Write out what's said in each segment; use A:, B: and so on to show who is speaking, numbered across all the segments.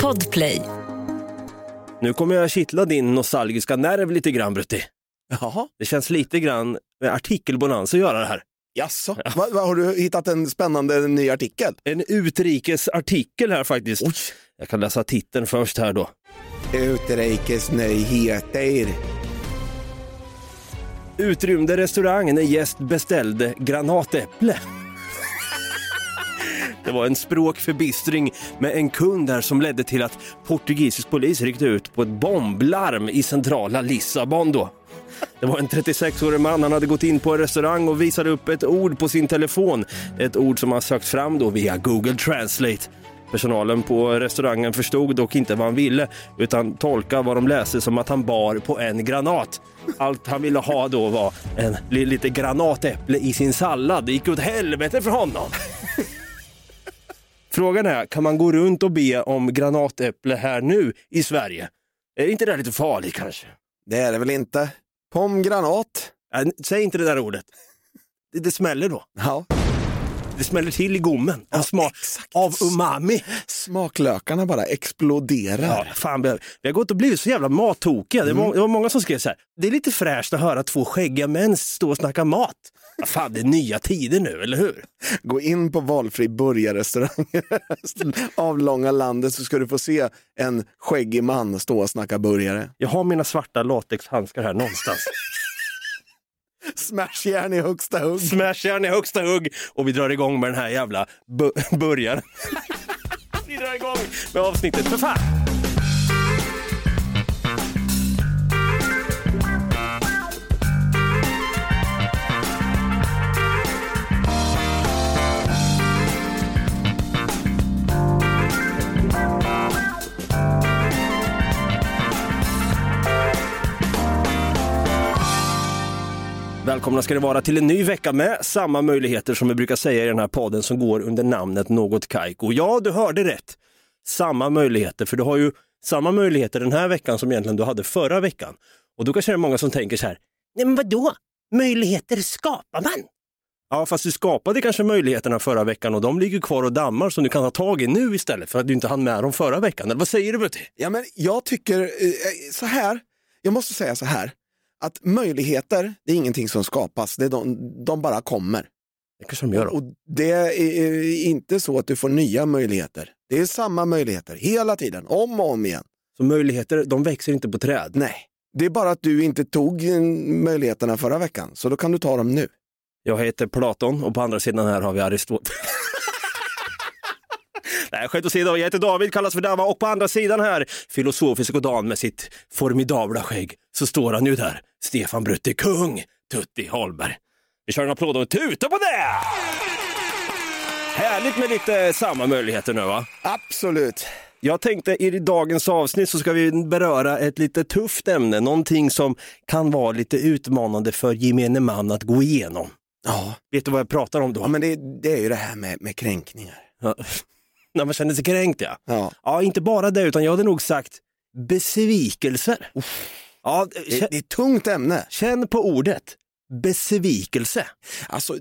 A: Podplay.
B: Nu kommer jag kittla din nostalgiska nerv lite grann Brutti.
C: Jaha.
B: Det känns lite grann med artikelbonans att göra det här.
C: Jaså? Va, va, har du hittat en spännande ny artikel?
B: En utrikesartikel här faktiskt.
C: Oj.
B: Jag kan läsa titeln först här då.
C: Utrikesnyheter.
B: Utrymde restaurang när gäst beställde granatäpple. Det var en språkförbistring med en kund där som ledde till att portugisisk polis ryckte ut på ett bomblarm i centrala Lissabon då. Det var en 36-årig man, han hade gått in på en restaurang och visade upp ett ord på sin telefon. Ett ord som han sökt fram då via Google Translate. Personalen på restaurangen förstod dock inte vad han ville utan tolkade vad de läste som att han bar på en granat. Allt han ville ha då var en li- lite granatäpple i sin sallad. Det gick åt helvete för honom. Frågan är, kan man gå runt och be om granatäpple här nu i Sverige? Är inte det här lite farligt kanske?
C: Det är det väl inte? Pomgranat?
B: Nej, säg inte det där ordet. Det, det smäller då.
C: Ja.
B: Det smäller till i gommen. Av, smak,
C: exakt.
B: av umami.
C: Smaklökarna bara
B: Ja,
C: exploderar.
B: fan, vi har vi har gått och blivit så jävla mattokiga. Det var, det var många som skrev så här. Det är lite fräscht att höra två skäggiga män stå och snacka mat. Ja, fan, det är nya tider nu, eller hur?
C: Gå in på valfri burgarrestaurang i resten av långa landet så ska du få se en skäggig man stå och snacka burgare.
B: Jag har mina svarta latexhandskar här någonstans.
C: Smashjärn i högsta hugg.
B: Smashjärn i högsta hugg och vi drar igång med den här jävla bu- burgaren. vi drar igång med avsnittet, för fan! Välkomna ska det vara till en ny vecka med samma möjligheter som vi brukar säga i den här podden som går under namnet Något Kaiko. Ja, du hörde rätt. Samma möjligheter, för du har ju samma möjligheter den här veckan som egentligen du hade förra veckan. Och då kanske det är många som tänker så här, nej men vadå, möjligheter skapar man? Ja, fast du skapade kanske möjligheterna förra veckan och de ligger kvar och dammar som du kan ha tag i nu istället för att du inte hann med dem förra veckan. Eller vad säger du Brutti?
C: Ja, men jag tycker eh, så här, jag måste säga så här, att möjligheter, det är ingenting som skapas, det är de, de bara kommer.
B: Det kanske de gör då.
C: Och det är eh, inte så att du får nya möjligheter. Det är samma möjligheter hela tiden, om och om igen.
B: Så möjligheter, de växer inte på träd.
C: Nej, det är bara att du inte tog eh, möjligheterna förra veckan, så då kan du ta dem nu.
B: Jag heter Platon och på andra sidan här har vi Aristoteles. Nej, skämt åsido, jag heter David, kallas för Dava och på andra sidan här, filosofisk och dan med sitt formidabla skägg, så står han ju där, Stefan Brutti, kung Tutti Holmberg. Vi kör en applåd och en tuta på det! Härligt med lite samma möjligheter nu va?
C: Absolut.
B: Jag tänkte i dagens avsnitt så ska vi beröra ett lite tufft ämne, någonting som kan vara lite utmanande för gemene man att gå igenom.
C: Ja,
B: Vet du vad jag pratar om då?
C: ja men det, det är ju det här med, med kränkningar.
B: Ja. När man känner sig kränkt ja.
C: Ja,
B: Ja, inte bara det utan jag hade nog sagt besvikelser. Ja,
C: det,
B: känn,
C: det är ett tungt ämne.
B: känn på ordet. Besvikelse.
C: Alltså,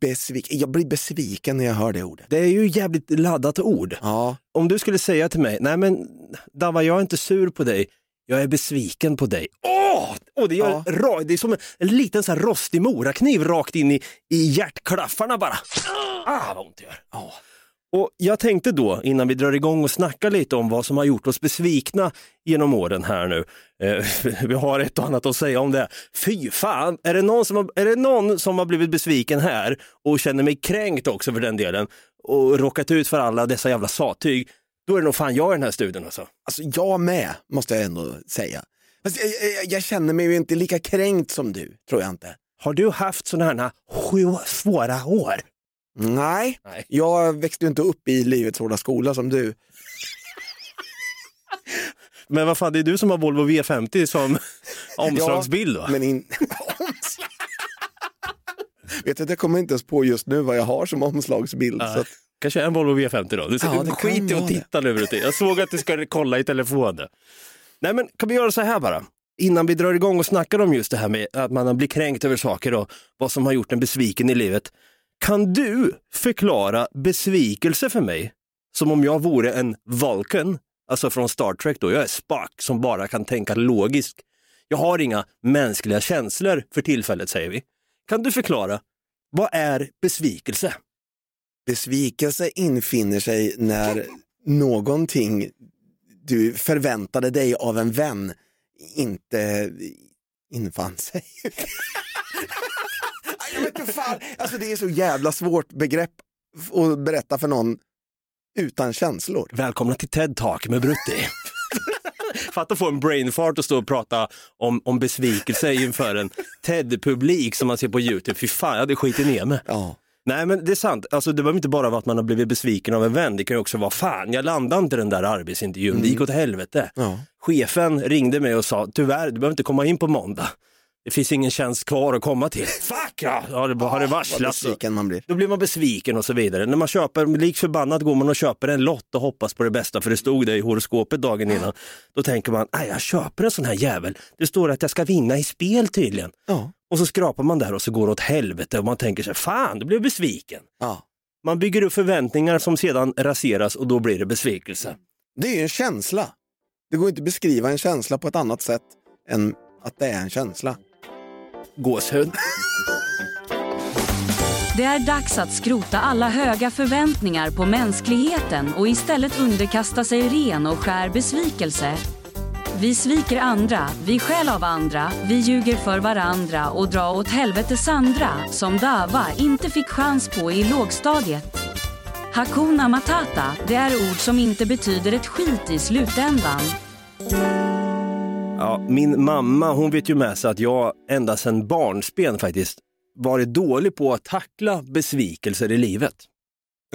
C: besviken. jag blir besviken när jag hör det ordet.
B: Det är ju jävligt laddat ord.
C: Ja,
B: Om du skulle säga till mig, nej men Dava jag är inte sur på dig, jag är besviken på dig. Åh! Och det, gör
C: Ja.
B: ra, det är som en, en liten så här rostig morakniv rakt in i, i hjärtklaffarna bara. Ah, vad ont det gör.
C: Ja.
B: Och jag tänkte då, innan vi drar igång och snackar lite om vad som har gjort oss besvikna genom åren här nu. Eh, vi har ett och annat att säga om det. Fy fan, är det, någon som har, är det någon som har blivit besviken här och känner mig kränkt också för den delen och råkat ut för alla dessa jävla sattyg, då är det nog fan jag i den här studion alltså.
C: Alltså jag med, måste jag ändå säga. Fast jag, jag, jag känner mig ju inte lika kränkt som du, tror jag inte.
B: Har du haft sådana här sju- svåra år?
C: Nej,
B: Nej.
C: jag växte ju inte upp i livets hårda skola som du.
B: Men vad fan, det är du som har Volvo V50 som omslagsbild va?
C: Men in... Vet du att jag kommer inte ens på just nu vad jag har som omslagsbild. Så
B: Nej.
C: att,
B: Kanske en Volvo V50 då. Du
C: Ja, det kan
B: skit i
C: vara
B: att
C: det.
B: titta nu Brutti. Jag såg att du skulle kolla i telefonen. Nej men kan vi göra så här bara? Innan vi drar igång och snackar om just det här med att man blir kränkt över saker och vad som har gjort en besviken i livet. Kan du förklara besvikelse för mig som om jag vore en Vulcan alltså från Star Trek då, jag är Spock som bara kan tänka logiskt. Jag har inga mänskliga känslor för tillfället, säger vi. Kan du förklara, vad är besvikelse?
C: Besvikelse infinner sig när någonting du förväntade dig av en vän inte infann sig. jag vet inte fan. Alltså det är så jävla svårt begrepp att berätta för någon utan känslor.
B: Välkomna till TED Talk med Brutti. Fatta att få en brainfart och stå och prata om, om besvikelse inför en TED-publik som man ser på YouTube. Fy fan, jag hade skitit ner mig.
C: Ja.
B: Nej men det är sant, alltså, det behöver inte bara vara att man har blivit besviken av en vän, det kan ju också vara fan jag landade inte den där arbetsintervjun, det gick åt helvete.
C: Ja.
B: Chefen ringde mig och sa tyvärr du behöver inte komma in på måndag, det finns ingen tjänst kvar att komma till. Fuck ja, Ah, har det, har det
C: Vad
B: varslats?
C: besviken man blir.
B: Då blir man besviken och så vidare. När man köper, lik förbannat går man och köper en lott och hoppas på det bästa för det stod det i horoskopet dagen innan. Då tänker man, "Aj, jag köper en sån här jävel, det står att jag ska vinna i spel tydligen.
C: Ja.
B: Och så skrapar man där och så går det åt helvete och man tänker sig, fan, då blev jag besviken.
C: Ja.
B: Man bygger upp förväntningar som sedan raseras och då blir det besvikelse.
C: Det är ju en känsla. Det går inte att beskriva en känsla på ett annat sätt än att det är en känsla.
B: Gåshud.
A: Det är dags att skrota alla höga förväntningar på mänskligheten och istället underkasta sig ren och skär besvikelse. Vi sviker andra, vi skäl av andra, vi ljuger för varandra och drar åt helvete Sandra som Dava inte fick chans på i lågstadiet. Hakuna Matata, det är ord som inte betyder ett skit i slutändan.
B: Ja, min mamma hon vet ju med sig att jag ända sedan barnsben faktiskt varit dålig på att tackla besvikelser i livet.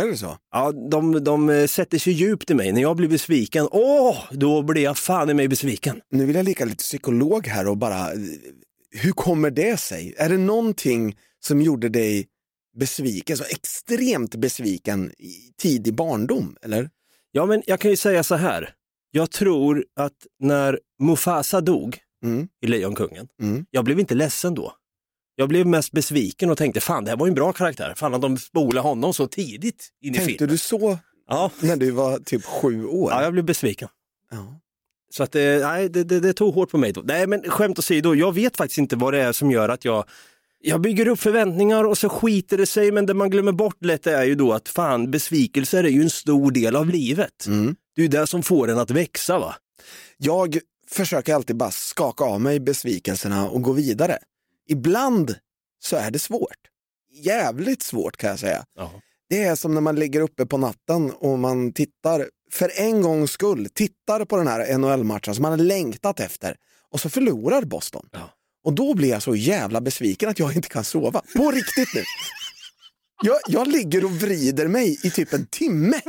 C: Är det så?
B: Ja, de, de eh, sätter sig djupt i mig. När jag blir besviken, åh, då blir jag fan i mig besviken.
C: Nu vill jag leka lite psykolog här och bara, hur kommer det sig? Är det någonting som gjorde dig besviken, så extremt besviken i tidig barndom? Eller?
B: Ja, men jag kan ju säga så här. Jag tror att när Mufasa dog
C: Mm,
B: i Lejonkungen,
C: mm.
B: jag blev inte ledsen då. Jag blev mest besviken och tänkte, fan det här var ju en bra karaktär. Fan att de spolade honom så tidigt in i
C: Tänkte
B: filmen.
C: du så
B: Ja.
C: när du var typ sju år?
B: ja, jag blev besviken.
C: Ja.
B: Så att, eh, nej, det, det, det tog hårt på mig då. Nej, men skämt åsido, jag vet faktiskt inte vad det är som gör att jag jag bygger upp förväntningar och så skiter det sig, men det man glömmer bort lätt är ju då att fan, besvikelser är ju en stor del av livet.
C: Mm.
B: Det är ju det som får en att växa va?
C: Jag försöker alltid bara skaka av mig besvikelserna och gå vidare. Ibland så är det svårt. Jävligt svårt kan jag säga. Det är som när man ligger uppe på natten och man tittar, för en gångs skull, tittar på den här NHL-matchen som man har längtat efter och så förlorar Boston.
B: Ja.
C: Och då blir jag så jävla besviken att jag inte kan sova. På riktigt nu. Jag, jag ligger och vrider mig i typ en timme.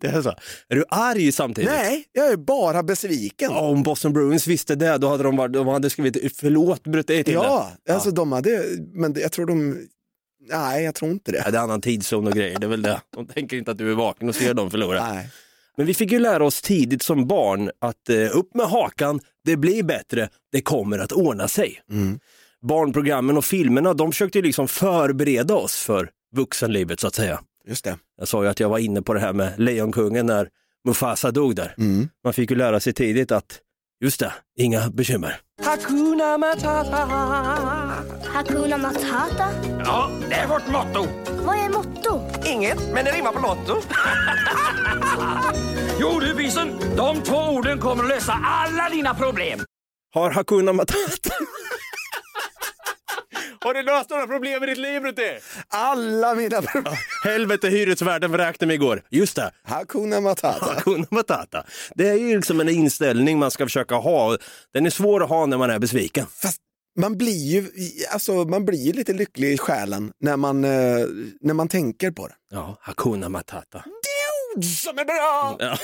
B: Det är så. Är du arg samtidigt?
C: Nej, jag är bara besviken.
B: Ja, om Boston Bruins visste det, då hade de, varit, de hade skrivit förlåt, bröt det till
C: Ja,
B: det.
C: alltså de hade, men jag tror de, nej jag tror inte
B: Ja,
C: det.
B: det är annan tidszon och grejer, det är väl det. De tänker inte att du är vaken och ser dem förlora.
C: Nej.
B: Men vi fick ju lära oss tidigt som barn att eh, upp med hakan, det blir bättre, det kommer att ordna sig.
C: Mm.
B: Barnprogrammen och filmerna, de försökte ju liksom förbereda oss för vuxenlivet så att säga.
C: Just det.
B: Jag sa ju att jag var inne på det här med Lejonkungen när Mufasa dog där.
C: Mm.
B: Man fick ju lära sig tidigt att, just det, inga bekymmer.
D: Hakuna Matata?
E: Ja, det är vårt motto.
D: Vad är motto?
E: Inget, men det rimmar på Lotto. jo du Bison, de två orden kommer att lösa alla dina problem.
B: Har Hakuna Matata... Har du löst några problem i ditt liv Brutti?
C: Alla mina problem.
B: Helvete, hyresvärden vräkte mig igår. Just det,
C: Hakuna Matata.
B: Hakuna Matata. Det är ju liksom en inställning man ska försöka ha. Den är svår att ha när man är besviken.
C: Fast man blir ju alltså, man blir ju lite lycklig i själen när man, eh, när man tänker på det.
B: Ja, Hakuna Matata.
C: Som är bra!
B: Ja,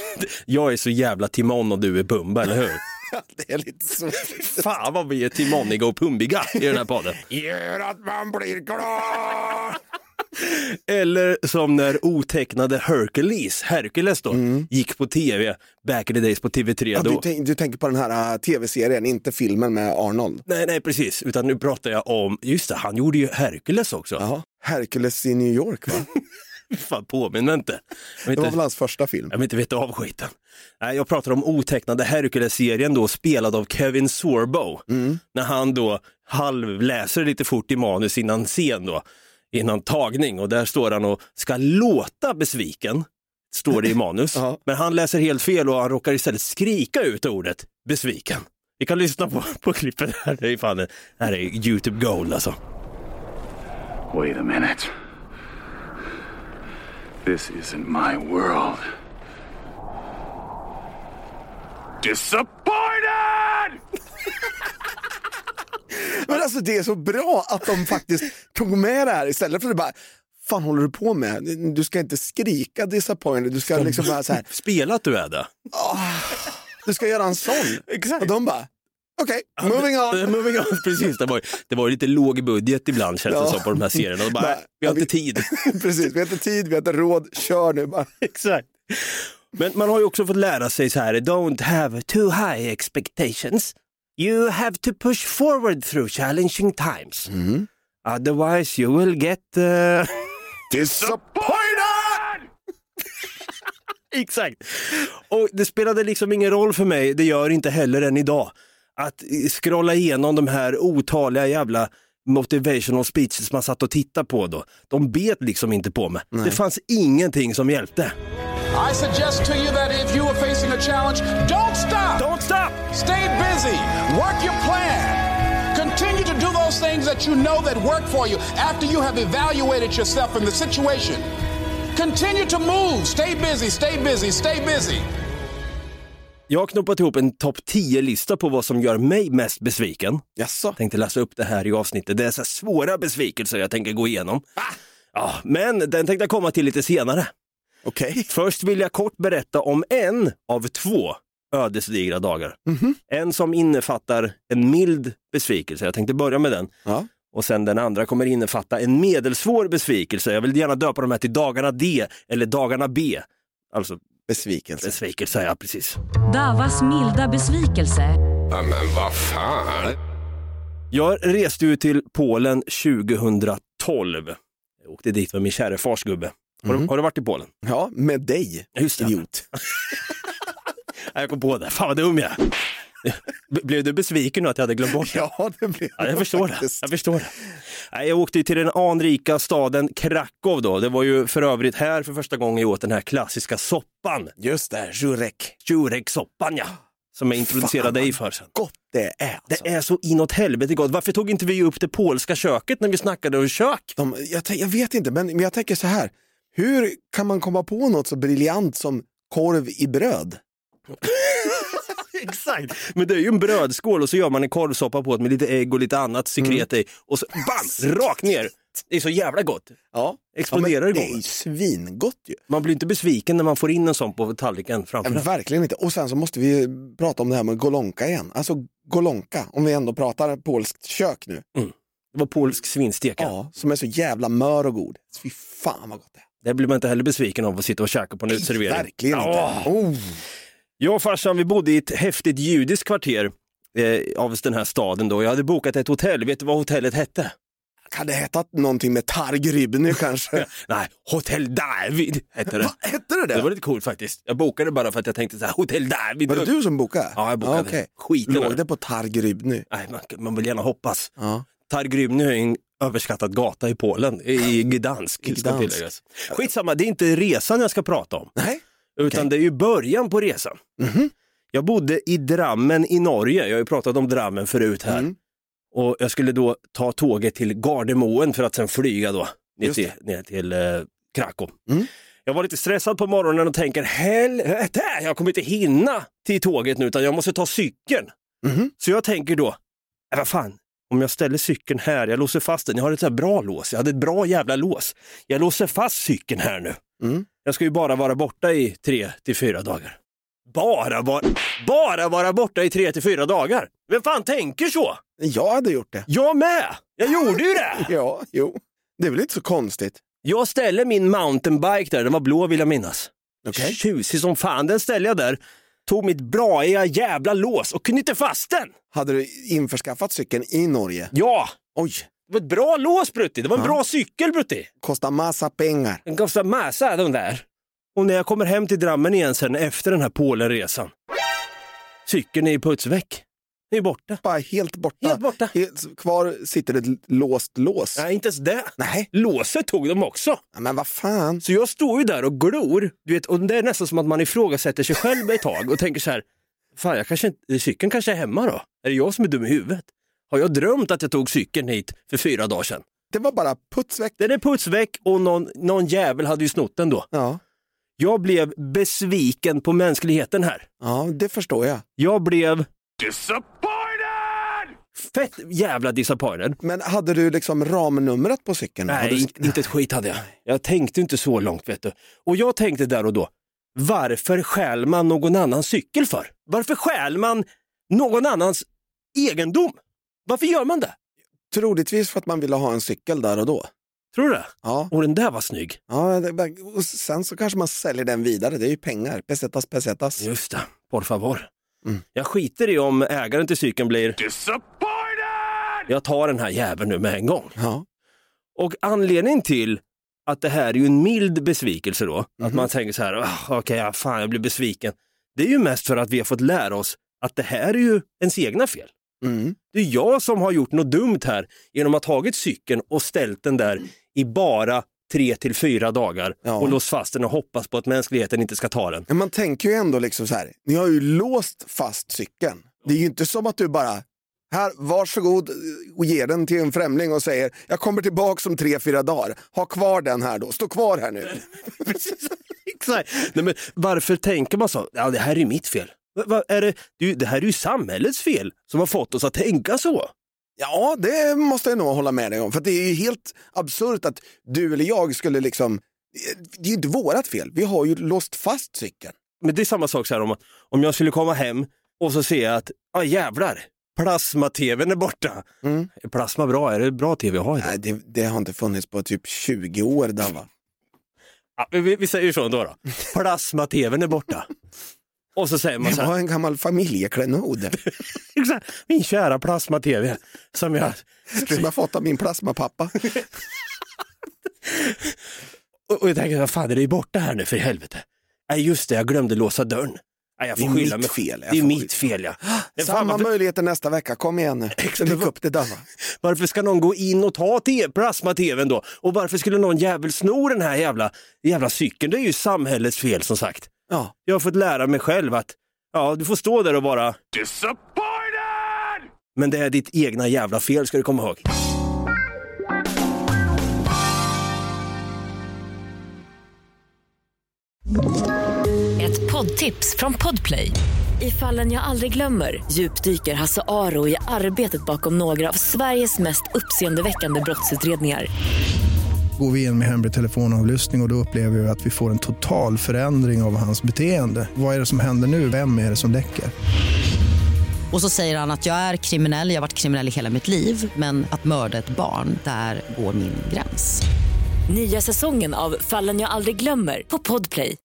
B: jag är så jävla Timon och du är Pumba, eller hur?
C: Det är lite så.
B: Fan vad vi är timoniga och pumbiga i den här podden.
C: Gör att man blir glad!
B: Eller som när otecknade Hercules, Hercules då, gick på tv back in the days på TV3
C: Mm. Ja,
B: då.
C: du, tänk, du tänker på den här eh, tv-serien, inte filmen med Arnold.
B: Nej, nej precis, utan nu pratar jag om, just det, han gjorde ju Hercules också.
C: Hercules i New York va?
B: Fan, påminn mig inte. Jag vill
C: Det var
B: inte,
C: väl hans första film.
B: jag vill inte veta av skiten. Nej, jag pratar om otecknade Hercules-serien då, spelad av Kevin Sorbo. När han då halvläser lite fort i manus innan scen då, innan tagning och där står han och ska låta besviken, står det i manus.
C: Ja.
B: Men han läser helt fel och han råkar istället skrika ut ordet besviken. Vi kan lyssna på, på klippet här, det är fan, det här är YouTube gold alltså.
F: Wait a minute. This isn't my world. Disappointed!
C: Men alltså det är så bra att de faktiskt tog med det här istället för att bara, fan håller du på med? Du ska inte skrika disappointed, du ska liksom bara så här,
B: Spelat du är det.
C: du ska göra en sån.
B: Exakt.
C: Och de bara, okej, moving
B: Eh,
C: on.
B: Moving on. Precis, det var, ju- det var ju lite låg budget ibland känns det
C: Ja.
B: som på de här serierna. Och bara,
C: Nej,
B: "Nej, vi har
C: ja,
B: inte tid.
C: Precis, vi har inte tid, vi har inte råd, kör nu bara.
B: Exakt. Men man har ju också fått lära sig så här, don't have too high expectations. You have to push forward through challenging times. Otherwise you will get... eh,
F: Disappointed!
B: Exakt. Och det spelade liksom ingen roll för mig, det gör inte heller än idag, att scrolla igenom de här otaliga jävla motivational speeches man satt och tittade på då. De bet liksom inte på mig. Det fanns ingenting som hjälpte.
G: I suggest to you that if you are facing a challenge, don't stop.
B: Don't stop!
G: Stay busy. Work your plan. Continue to do those things that you know that work for you after you have evaluated yourself in the situation. Continue to move. Stay busy. Stay busy. Stay busy.
B: Jag har knoppat ihop en topp 10-lista på vad som gör mig mest besviken.
C: Jaså?
B: tänkte läsa upp det här i avsnittet. Det är så här svåra besvikelser jag tänker gå igenom. Ja, men den tänkte jag komma till lite senare.
C: Okej.
B: Först vill jag kort berätta om en av två ödesdigra dagar. En som innefattar en mild besvikelse. Jag tänkte börja med den.
C: Ja.
B: Och sen den andra kommer innefatta en medelsvår besvikelse. Jag vill gärna döpa de här till dagarna D eller dagarna B. Alltså
C: Besvikelse.
B: besvikelse, ja precis.
A: Davas milda besvikelse
B: Jag reste ju till Polen 2012. Jag åkte dit med min kära farsgubbe. Har, du, har du varit i Polen?
C: Ja, med dig.
B: Just det.
C: Idiot.
B: Nej, Jag kom på det. Fan vad dum jag är. Blev du besviken nu att jag hade glömt bort det?
C: Ja, det blev
B: Ja, jag förstår det.
C: faktiskt.
B: Jag, förstår det. Nej, jag åkte ju till den anrika staden Krakow då. Det var ju för övrigt här för första gången jag åt den här klassiska soppan.
C: Just det, Jurek.
B: Tjureksoppan ja, som jag introducerade dig för sen.
C: Gott det är.
B: Det
C: Alltså.
B: är så inåt helvete gott. Varför tog inte vi upp det polska köket när vi snackade om kök?
C: De, jag, tän- jag vet inte, men, men jag tänker så här. Hur kan man komma på något så briljant som korv i bröd?
B: Exakt! Men det är ju en brödskål och så gör man en korvsoppa på det med lite ägg och lite annat sekret i. Och så bam, rakt ner. Det är så jävla gott.
C: Ja,
B: Exploderar
C: men
B: i
C: Det är
B: golvet.
C: ju svingott ju.
B: Man blir inte besviken när man får in en sån på tallriken framför en.
C: Verkligen inte. Och sen så måste vi prata om det här med golonka igen. Alltså golonka, om vi ändå pratar polskt kök nu.
B: Det var polsk svinstek. ja.
C: Ja, som är så jävla mör och god. Fy fan vad gott det är.
B: Där blir man inte heller besviken av att sitta och käka på en utservering.
C: Verkligen
B: Åh!
C: inte. Oh.
B: Jag och farsan vi bodde i ett häftigt judiskt kvarter eh, av den här staden då. Jag hade bokat ett hotell. Vet du vad hotellet hette?
C: Kan det heta någonting med targrib nu kanske?
B: Nej, Hotel David hette det.
C: vad hette det
B: Det var
C: där?
B: lite coolt faktiskt. Jag bokade bara för att jag tänkte så här, Hotel David.
C: Var det du som bokade?
B: Ja, jag bokade.
C: okej.
B: Skiten
C: Låg
B: var det.
C: det på targrib nu?
B: Nej, man, man vill gärna hoppas.
C: Ja.
B: Targrymny är en överskattad gata i Polen, i Gdansk.
C: I
B: Ska
C: Gdansk.
B: tilläggas. Skitsamma, det är inte resan jag ska prata om,
C: Nej,
B: utan det är ju början på resan.
C: Mhm.
B: Jag bodde i Drammen i Norge, jag har ju pratat om Drammen förut här.
C: Mm.
B: Och jag skulle då ta tåget till Gardermoen för att sen flyga då ner
C: Just
B: till, ner till eh, Krakow.
C: Mm.
B: Jag var lite stressad på morgonen och tänker helvete, jag kommer inte hinna till tåget nu utan jag måste ta cykeln.
C: Mhm.
B: Så jag tänker då, "Äh, vad fan, om jag ställer cykeln här, jag låser fast den, jag har ett så här bra lås, jag hade ett bra jävla lås. Jag låser fast cykeln här nu.
C: Mm.
B: Jag ska ju bara vara borta i tre till fyra dagar. Bara, var, bara vara borta i tre till fyra dagar? Vem fan tänker så?
C: jag hade gjort det.
B: Jag med! Jag gjorde ju det!
C: Ja, jo. Det är väl inte så konstigt?
B: Jag ställer min mountainbike där, den var blå vill jag minnas.
C: Okej.
B: Tjusig som fan, den ställde jag där, tog mitt braiga jävla lås och knytte fast den.
C: Hade du införskaffat cykeln i Norge?
B: Ja,
C: Oj,
B: Det var ett bra lås Brutti, det var en bra cykel Brutti.
C: Kostar massa pengar.
B: Den kostar massa de där. Och när jag kommer hem till Drammen igen sen efter den här Polenresan. Cykeln är ju putsväck. Den är ju borta.
C: Bara helt borta.
B: Helt borta.
C: Helt- kvar sitter ett låst lås.
B: Nej, inte ens det.
C: Nej.
B: Låset tog de också.
C: Ja, Men vad fan.
B: Så jag står ju där och glor. Du vet, och det är nästan som att man ifrågasätter sig själv ett tag och tänker så här. Fan, jag kanske inte, cykeln kanske är hemma då? Är det jag som är dum i huvudet? Har jag drömt att jag tog cykeln hit för fyra dagar sedan?
C: Det var bara putsväck.
B: Den är putsväck och någon, någon jävel hade ju snott den då.
C: Ja.
B: Jag blev besviken på mänskligheten här.
C: ja, det förstår jag.
B: Jag blev
F: Disappointed!
B: fett jävla disappointed.
C: Men hade du liksom ramnumret på cykeln? Har
B: Nej,
C: du...
B: inte- inte ett skit hade jag. Jag tänkte inte så långt vet du. Och jag tänkte där och då, varför stjäl man någon annans cykel för? Varför stjäl man någon annans egendom? Varför gör man det?
C: Troligtvis för att man ville ha en cykel där och då.
B: Tror du det?
C: Ja.
B: Och den där var snygg.
C: ja det... och sen så kanske man säljer den vidare. Det är ju pengar. Pesetas, pesetas.
B: Just det, Mm. por favor. Jag skiter i om ägaren till cykeln blir,
F: Disappointed!
B: jag tar den här jäveln nu med en gång.
C: Ja.
B: Och anledningen till att det här är ju en mild besvikelse då,
C: Mhm.
B: att man tänker så här, "Ah, okej, ja, fan jag blir besviken. Det är ju mest för att vi har fått lära oss att det här är ju ens egna fel.
C: Mm.
B: Det är jag som har gjort något dumt här genom att ha tagit cykeln och ställt den där i bara tre till fyra dagar
C: Ja.
B: och låst fast den och hoppas på att mänskligheten inte ska ta den.
C: Men man tänker ju ändå liksom så här. Ni har ju låst fast cykeln. Det är ju inte som att du bara här, varsågod eh, och ge den till en främling och säger jag kommer tillbaka om tre, fyra dagar. Ha kvar den här då. Stå kvar här nu.
B: Precis. Exakt. Nej, men varför tänker man så? Ja, det här är ju mitt fel. Va, va, är det, det, är ju- det här är ju samhällets fel som har fått oss att tänka så.
C: Ja, det måste jag nog hålla med dig om. För det är ju helt absurt att du eller jag skulle liksom... Det är ju inte vårat fel. Vi har ju låst fast cykeln.
B: Men det är samma sak så här om, om jag skulle komma hem och så ser jag att, ah, jävlar, plasma-tvn är borta. Är plasma bra? Är det bra tv jag har? idag?
C: Nej, det, det har inte funnits på typ 20 år, Davva.
B: Ja, vi, vi säger så då. då. Plasma-tvn är borta. Och så säger man
C: Det
B: så här,
C: var en gammal familjeklenod
B: "Exakt, min kära plasma-tv som jag...
C: som jag fått av min plasmapappa.
B: Och, och jag tänker, vad fan är det ju borta här nu för i helvete? Nej just det, jag glömde låsa dörren. Nej, jag får
C: Det är
B: skylla
C: mitt
B: mig.
C: fel, jag
B: Det är
C: får
B: mitt fel ja. Men fan,
C: Samma
B: varför,
C: möjligheter nästa vecka. Kom igen nu. Ryck upp det, Davva.
B: varför ska någon gå in och ta te- plasma-tvn då? Och varför skulle någon jävel sno den här jävla, jävla cykeln? Det är ju samhällets fel som sagt.
C: Ja.
B: Jag har fått lära mig själv att, ja du får stå där och bara,
F: Disappointed!
B: men det är ditt egna jävla fel ska du komma ihåg.
H: Ett poddtips från Podplay. I fallen jag aldrig glömmer djupdyker Hasse Aro i arbetet bakom några av Sveriges mest uppseendeväckande brottsutredningar.
I: Går vi in med hemlig telefonavlyssning och, och då upplever vi att vi får en total förändring av hans beteende. Vad är det som händer nu? Vem är det som läcker?
J: Och så säger han att jag är kriminell, jag har varit kriminell i hela mitt liv men att mörda ett barn, där går min gräns.
H: Nya säsongen av Fallen jag aldrig glömmer på Podplay.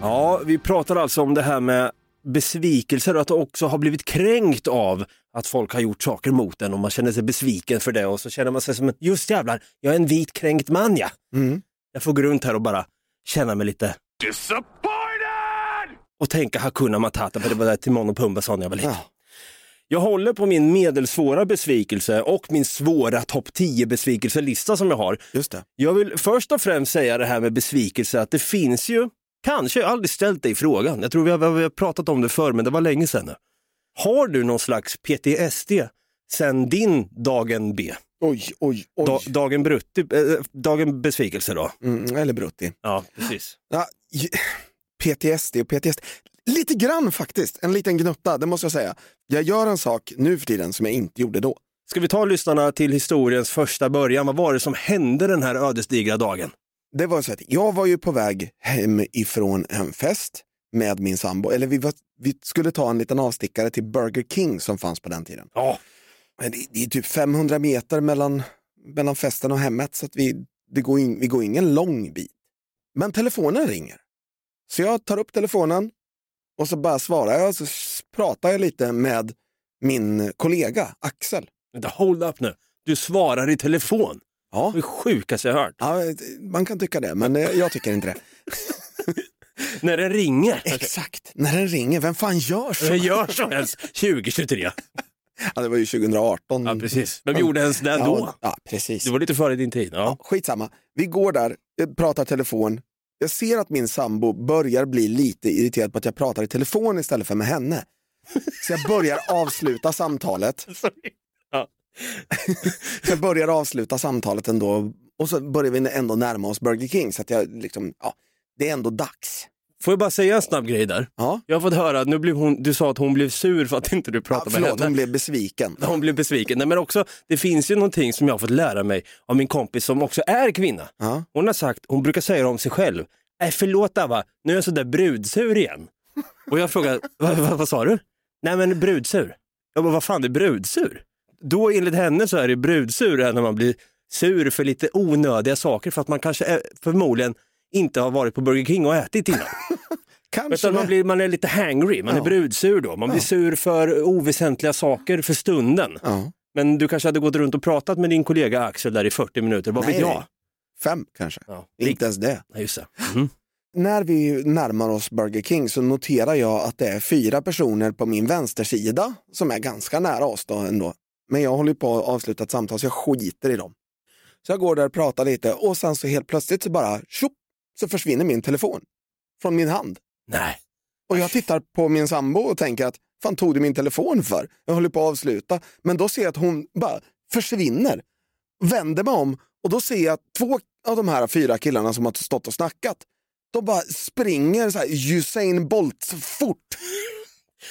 B: Ja, vi pratar alltså om det här med besvikelser och att också ha blivit kränkt av att folk har gjort saker mot en och man känner sig besviken för det och så känner man sig som en, just jävlar, jag är en vit kränkt man ja. Jag får gå runt här och bara känna mig lite
F: Disappointed!
B: och tänka Hakuna Matata, för det var det Timon och Pumba sa när jag var liten.
C: Ja.
B: Jag håller på min medelsvåra besvikelse och min svåra topp 10 besvikelselista som jag har.
C: Just det.
B: Jag vill först och främst säga det här med besvikelse, att det finns ju, kanske, jag har aldrig ställt dig frågan, jag tror vi har, vi har pratat om det förr, men det var länge sedan nu. Har du någon slags PTSD sen din dagen B?
C: Oj, oj, oj.
B: Da, dagen brutti, eh, dagen besvikelse då?
C: Mm, eller Brutti.
B: Ja, precis.
C: Ja, j- PTSD och PTSD. Lite grann faktiskt, en liten gnutta, det måste jag säga. Jag gör en sak nu för tiden som jag inte gjorde då.
B: Ska vi ta lyssnarna till historiens första början? Vad var det som hände den här ödesdigra dagen?
C: Det var så att jag var ju på väg hem ifrån en fest med min sambo, eller vi, var, vi skulle ta en liten avstickare till Burger King som fanns på den tiden.
B: Ja,
C: Men Det, det är typ 500 meter mellan, mellan festen och hemmet så att vi, det går in, vi går ingen lång bit. Men telefonen ringer. Så jag tar upp telefonen och så bara svarar jag och så pratade jag lite med min kollega Axel.
B: Vänta, hold up nu. Du svarar i telefon.
C: Ja.
B: Det är sjukaste jag hört.
C: Ja, man kan tycka det, men eh, jag tycker inte det.
B: När den ringer.
C: Exakt, när den ringer, vem fan gör så?
B: Vem gör så ens 2023?
C: Ja, det var ju 2018.
B: Ja, precis. Vem gjorde ens det då?
C: Ja, ja, precis.
B: Det var lite före din tid. Ja.
C: Skitsamma, vi går där, jag pratar telefon. Jag ser att min sambo börjar bli lite irriterad på att jag pratar i telefon istället för med henne. Så jag börjar avsluta samtalet.
B: Ja.
C: Jag börjar avsluta samtalet ändå och så börjar vi ändå närma oss Burger King så att jag liksom, ja, det är ändå dags.
B: Får jag bara säga en snabb grej där?
C: Ja,
B: Jag har fått höra att nu blev hon, du sa att hon blev sur för att inte du
C: ja
B: pratade med
C: förlåt,
B: henne.
C: hon blev besviken.
B: Hon blev besviken. Nej, men också, det finns ju någonting som jag har fått lära mig av min kompis som också är kvinna.
C: Ja.
B: Hon har sagt, hon brukar säga det om sig själv. Nej förlåt Ava, nu är jag sådär brudsur igen. Och jag frågar, vad, vad, vad sa du? Nej men brudsur. Jag bara, vad fan är brudsur? Då enligt henne så är det brudsur är när man blir sur för lite onödiga saker för att man kanske är, förmodligen inte har varit på Burger King och ätit innan.
C: Kanske
B: Utan man,
C: det.
B: blir, man är lite hangry, man är
C: Ja.
B: brudsur då. Man blir sur för oväsentliga saker för stunden.
C: ja.
B: Men du kanske hade gått runt och pratat med din kollega Axel där i 40 minuter, vad
C: Nej,
B: vet jag?
C: nej. Fem kanske,
B: Ja,
C: inte ens det.
B: Nej, just det. Mhm.
C: När vi närmar oss Burger King så noterar jag att det är fyra personer på min vänstersida som är ganska nära oss då ändå. Men jag håller ju på att avsluta ett samtal så jag skiter i dem. Så jag går där och pratar lite och sen så helt plötsligt så bara tjopp, så försvinner min telefon från min hand.
B: Nej.
C: Och jag tittar på min sambo och tänker att fan tog du min telefon för? Jag håller på att avsluta. Men då ser jag att hon bara försvinner. Vänder mig om och då ser jag att två av de här fyra killarna som har stått och snackat, de bara springer så här Usain Bolt fort.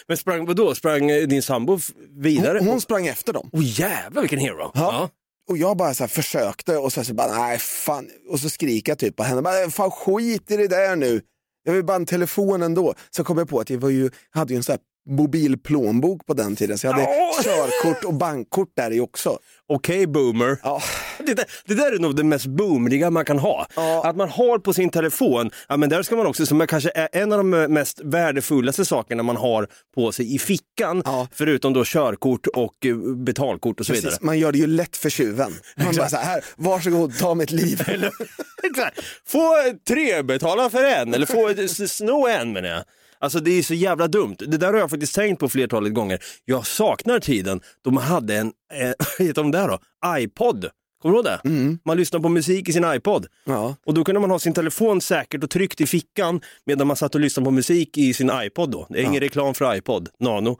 B: Men sprang vadå? Sprang eh, din sambo f- vidare?
C: Hon, hon sprang efter dem.
B: Åh jävlar vilken hero! Ja.
C: Och jag bara så här försökte och så, så bara nej fan. Och så skriker jag typ på henne, bara, fan skit i det där nu. Jag vill bara ha en telefon ändå. Så kom jag på att jag var ju, hade ju en sån här mobilplånbok på den tiden så jag hade
B: Åh!
C: körkort och bankkort där i också.
B: Okej boomer.
C: Ja,
B: Det, där, det där är nog det mest boomeriga man kan ha.
C: Ja.
B: Att man har på sin telefon, ja men där ska man också, som är kanske är en av de eh, mest värdefullaste sakerna man har på sig i fickan,
C: Ja.
B: förutom då körkort och eh, betalkort och så vidare.
C: precis. Man gör det ju lätt för tjuven. Man bara så här, varsågod ta mitt liv.
B: Eller, exakt. få tre, betala för en, eller få s- sno en menar jag. Alltså det är så jävla dumt. Det där har jag faktiskt tänkt på flertalet gånger. Jag saknar tiden då man hade en, eh, vad heter de där då? iPod. Kommer du ihåg det? Man lyssnade på musik i sin iPod.
C: Mm, Ja.
B: Och då kunde man ha sin telefon säkert och tryckt i fickan medan man satt och lyssnade på musik i sin iPod då. Det är ingen reklam för iPod, Nano.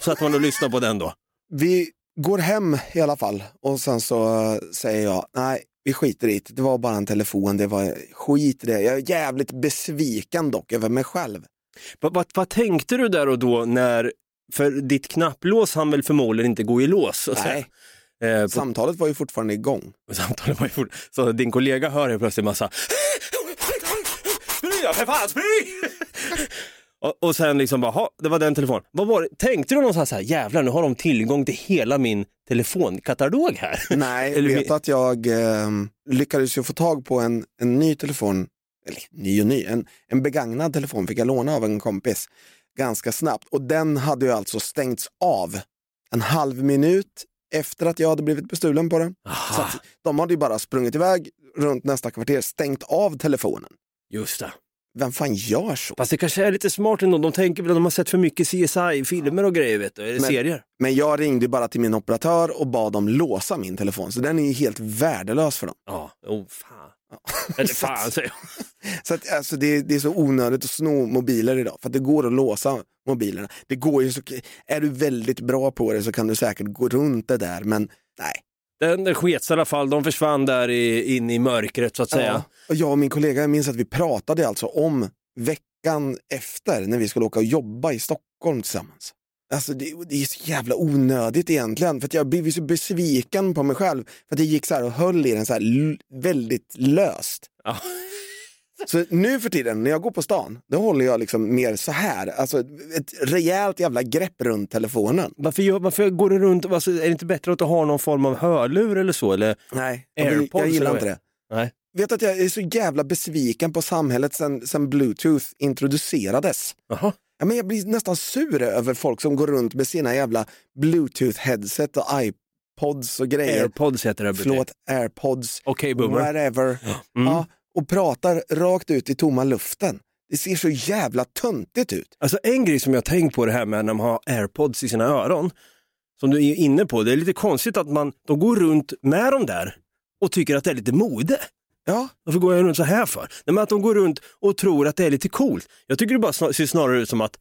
B: Så att man och lyssnade på den då.
C: Vi går hem i alla fall och sen så eh, säger jag, nej vi skiter i det, det var bara en telefon, det var skit i det. Jag är jävligt besviken dock över mig själv.
B: Vad, vad, vad tänkte du där och då när, för ditt knapplås han väl förmodligen inte gå i lås? så att
C: Nej,
B: säga. Eh, på,
C: samtalet var ju fortfarande igång.
B: samtalet var ju fort, så din kollega hör helt plötsligt massa Spring då för fan, spring! och, och sen liksom bara, "Ha, det var den telefonen. Vad var det? Tänkte du någonstans så här, jävlar nu har de tillgång till hela min telefonkatalog här.
C: Nej,
B: Eller
C: vet
B: min-
C: att jag eh, lyckades ju få tag på en, en ny telefon, eller ny och ny, en, en begagnad telefon fick jag låna av en kompis ganska snabbt och den hade ju alltså stängts av en halv minut efter att jag hade blivit bestulen på den. Så
B: Ah.
C: att de hade ju bara sprungit iväg runt nästa kvarter, stängt av telefonen.
B: Just det.
C: Vem fan gör så?
B: Fast det kanske är lite smart ändå. De tänker väl att de har sett för mycket CSI-filmer och grejer, vet du. Eller
C: Men-
B: serier.
C: Men jag ringde ju bara till min operatör och bad dem låsa min telefon, så den är ju helt värdelös för dem.
B: Ja, oh fan. Eller fan säger jag.
C: Så att, alltså, det, det är så onödigt att sno mobiler idag, för att det går att låsa mobilerna. Det går ju så, är du väldigt bra på det så kan du säkert gå runt det där, men nej.
B: Den den skets i alla fall, de försvann där i, in i mörkret så att säga.
C: Och jag och min kollega, jag minns att vi pratade alltså om veckan efter när vi skulle åka och jobba i Stockholm tillsammans. Alltså det, det är så jävla onödigt egentligen, för att jag blev så besviken på mig själv. För att jag gick så här och höll i den så här l- väldigt löst.
B: Ja.
C: Så nu för tiden när jag går på stan, då håller jag liksom mer så här, alltså ett rejält jävla grepp runt telefonen.
B: Varför, gör, varför går du runt, alltså, är det inte bättre att ha någon form av hörlur eller så? Eller?
C: Nej, jag, vill,
B: Airpods
C: jag gillar
B: eller
C: inte det.
B: Nej.
C: Vet att jag är så jävla besviken på samhället sen, sen bluetooth introducerades.
B: Jaha.
C: Ja, men jag blir nästan sur över folk som går runt med sina jävla bluetooth-headset och iPods och grejer.
B: Airpods heter det.
C: Förlåt, airpods,
B: Okej, boomer.
C: whatever.
B: Mm.
C: Ja, och pratar rakt ut i tomma luften. Det ser så jävla töntigt ut.
B: Alltså en grej som jag tänkt på det här med när man har airpods i sina öron, som du är inne på, det är lite konstigt att man, de går runt med dem där och tycker att det är lite mode.
C: Ja.
B: Varför går jag runt så här för? Nej, men att de går runt och tror att det är lite coolt. Jag tycker det bara snar- ser snarare ut som att,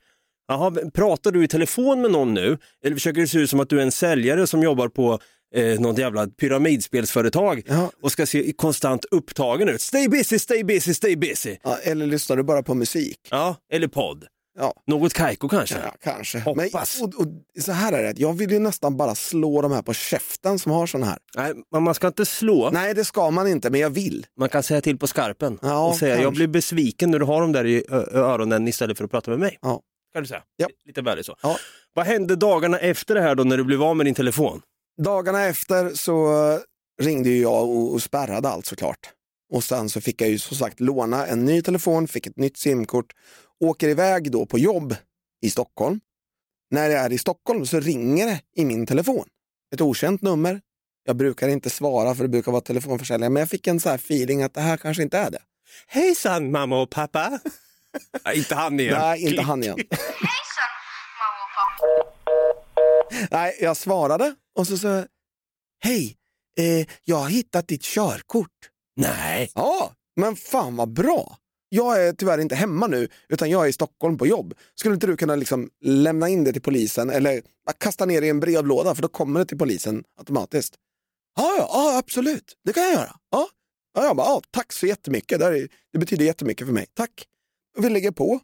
B: jaha, pratar du i telefon med någon nu? Eller försöker det se ut som att du är en säljare som jobbar på eh, något jävla pyramidspelsföretag och ska se konstant upptagen ut. Stay busy, stay busy, stay busy.
C: Ja, eller lyssnar du bara på musik?
B: Ja, eller podd.
C: Ja.
B: Något Kaiko kanske?
C: Ja, kanske.
B: Hoppas.
C: Men, och, och, så här är det, jag vill ju nästan bara slå de här på käften som har sån här.
B: Nej, men man ska inte slå.
C: Nej, det ska man inte, men jag vill.
B: Man kan säga till på skarpen
C: Ja,
B: och säga jag
C: kanske.
B: blir besviken när du har dem där i ö- öronen istället för att prata med mig.
C: Ja.
B: Kan du säga.
C: Ja.
B: Lite värre så.
C: Ja.
B: Vad hände dagarna efter det här då när du blev av med din telefon?
C: Dagarna efter så eh, ringde ju jag och, och spärrade allt såklart. Och sen så fick jag ju som sagt låna en ny telefon, fick ett nytt simkort, åker iväg då på jobb i Stockholm. När jag är i Stockholm så ringer det i min telefon. Ett okänt nummer. Jag brukar inte svara för det brukar vara telefonförsäljare, men jag fick en så här feeling att det här kanske inte är det.
B: Hejsan mamma och pappa! Nej, inte han igen.
C: Nej, inte han igen. Nej, jag svarade och så sa jag, hej, eh, jag har hittat ditt körkort.
B: Nej.
C: Ja, men fan vad bra. Jag är tyvärr inte hemma nu, utan jag är i Stockholm på jobb. Skulle inte du kunna liksom lämna in det till polisen eller bara kasta ner det i en brevlåda för då kommer det till polisen automatiskt. Ja, ja, ja absolut, det kan jag göra. Ja. Ja, jag bara, ja, tack så jättemycket, det, här är, det betyder jättemycket för mig. Tack. Och vi lägger på.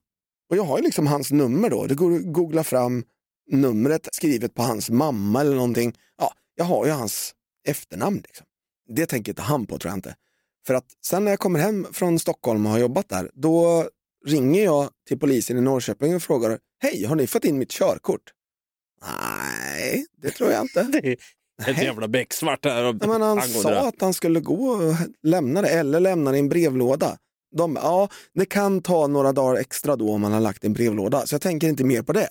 C: Och jag har ju liksom hans nummer då, det går att googla fram numret skrivet på hans mamma eller någonting. Ja, jag har ju hans efternamn liksom. Det tänker inte han på tror jag inte. För att sen när jag kommer hem från Stockholm och har jobbat där, då ringer jag till polisen i Norrköping och frågar, hej, har ni fått in mitt körkort? Nej, det tror jag inte.
B: Det är ett jävla becksvart här.
C: Ja, men han
B: angående
C: sa
B: det här.
C: att han skulle gå och lämna det, eller lämna det i en brevlåda. De, ja, det kan ta några dagar extra då om man har lagt det i en brevlåda, så jag tänker inte mer på det.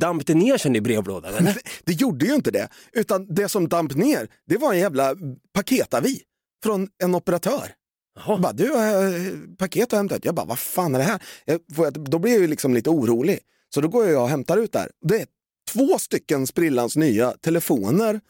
B: Damp det ner sen i brevlådan
C: Men
B: eller?
C: det, det gjorde ju inte det, utan det som damp ner, det var en jävla paketavi från en operatör. Jag bara, du har eh, paket att hämta ut. Jag bara, vad fan är det här? Jag, får jag, då blir jag ju liksom lite orolig. Så då går jag och hämtar ut där. Det är två stycken sprillans nya telefoner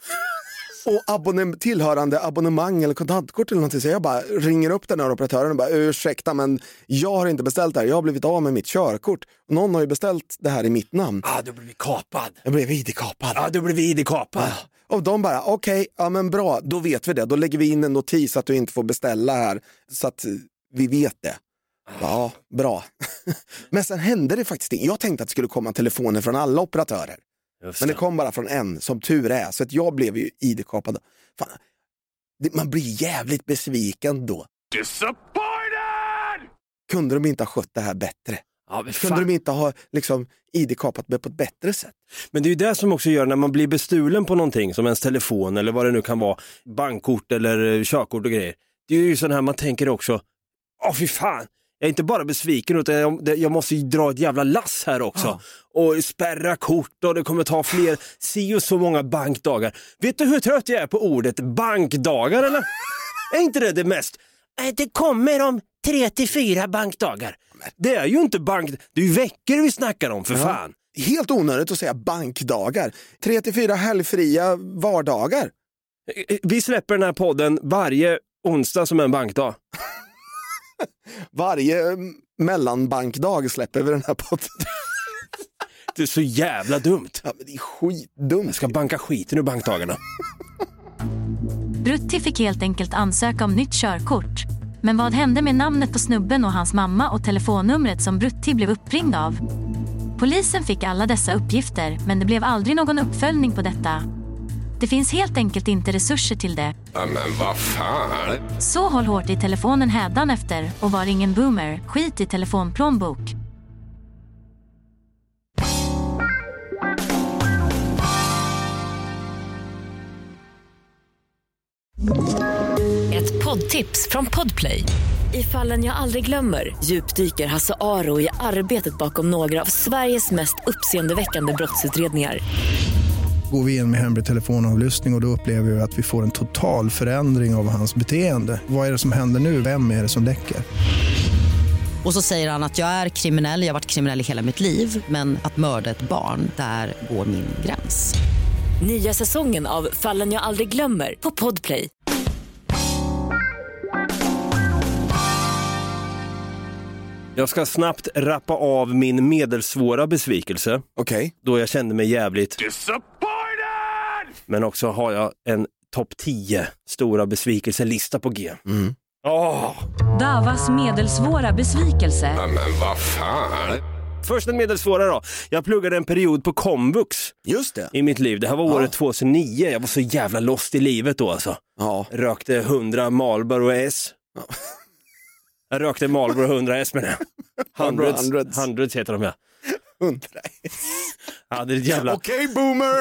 C: och abonnem- tillhörande abonnemang eller kontantkort eller någonting. Så jag bara ringer upp den här operatören och bara, ursäkta men jag har inte beställt det här. Jag har blivit av med mitt körkort. Någon har ju beställt det här i mitt namn.
B: Ah, du blev kapad.
C: Jag blev id-kapad.
B: Ja, du blev id-kapad.
C: Ah, Och de bara, okej, ja men bra, då vet vi det. Då lägger vi in en notis att du inte får beställa här, så att eh, vi vet det. Ja, bra. men sen hände det faktiskt inte. Jag tänkte att det skulle komma telefoner från alla operatörer.
B: Just
C: Men det kom bara från en, som tur är. Så att jag blev ju id-kapad. Fan, det- Man blir jävligt besviken då.
F: Disappointed!
C: Kunde de inte ha skött det här bättre?
B: Ja, men fan.
C: Kunde de inte ha liksom, id-kapat mig på ett bättre sätt?
B: Men det är ju det som också gör när man blir bestulen på någonting, som ens telefon eller vad det nu kan vara, bankkort eller eh, körkort och grejer. Det är ju sån här man tänker också, åh fy fan, jag är inte bara besviken utan jag, det- jag måste ju dra ett jävla lass här också. Och spärra kort och det kommer ta fler, si och så många bankdagar. Vet du hur trött jag är på ordet bankdagar eller? är inte det det mest? "Nej, Det kommer om tre till fyra bankdagar. Det är ju inte bank, det är ju veckor vi snackar om för fan.
C: Helt onödigt att säga bankdagar. Tre till fyra helgfria vardagar.
B: Eh, Vi släpper den här podden varje onsdag som en bankdag.
C: Varje mm, mellanbankdag släpper vi den här podden.
B: Det är så jävla dumt.
C: Ja, men det är skitdumt.
B: Jag ska banka skiten ur bankdagarna.
K: Brutti fick helt enkelt ansöka om nytt körkort. Men vad hände med namnet på snubben och hans mamma och telefonnumret som Brutti blev uppringd av? Polisen fick alla dessa uppgifter, men det blev aldrig någon uppföljning på detta. Det finns helt enkelt inte resurser till det.
F: Men vad fan?
K: Så håll hårt i telefonen hädanefter och var ingen boomer. Skit i telefonplånbok.
H: Ett poddtips från Podplay. I fallen jag aldrig glömmer djupdyker Hasse Aro i arbetet bakom några av Sveriges mest uppseendeväckande brottsutredningar.
I: Går vi in med hemlig telefonavlyssning och, och då upplever vi att vi får en total förändring av hans beteende. Vad är det som händer nu? Vem är det som läcker?
J: Och så säger han att jag är kriminell, jag har varit kriminell i hela mitt liv men att mörda ett barn, där går min gräns.
H: Nya säsongen av Fallen jag aldrig glömmer på Podplay.
B: Jag ska snabbt rappa av min medelsvåra besvikelse.
C: Okay.
B: Då jag kände mig jävligt... Men också har jag en topp 10 stora besvikelselista på G.
C: Mm.
B: Åh!
A: Davas medelsvåra besvikelse.
F: Men vad fan?
B: Först den medelsvåra då. Jag pluggade en period på komvux
C: Just det.
B: i mitt liv. Det här var året 2009. Jag var så jävla lost i livet då alltså.
C: Ja.
B: Rökte 100 Marlboro S. Jag rökte Marlboro 100 S menar jag.
C: Marlboro
B: Hundreds,
C: hundreds.
B: hundreds. heter de ja.
C: Hundra.
B: Jag hade ett jävla,
C: Okej boomer!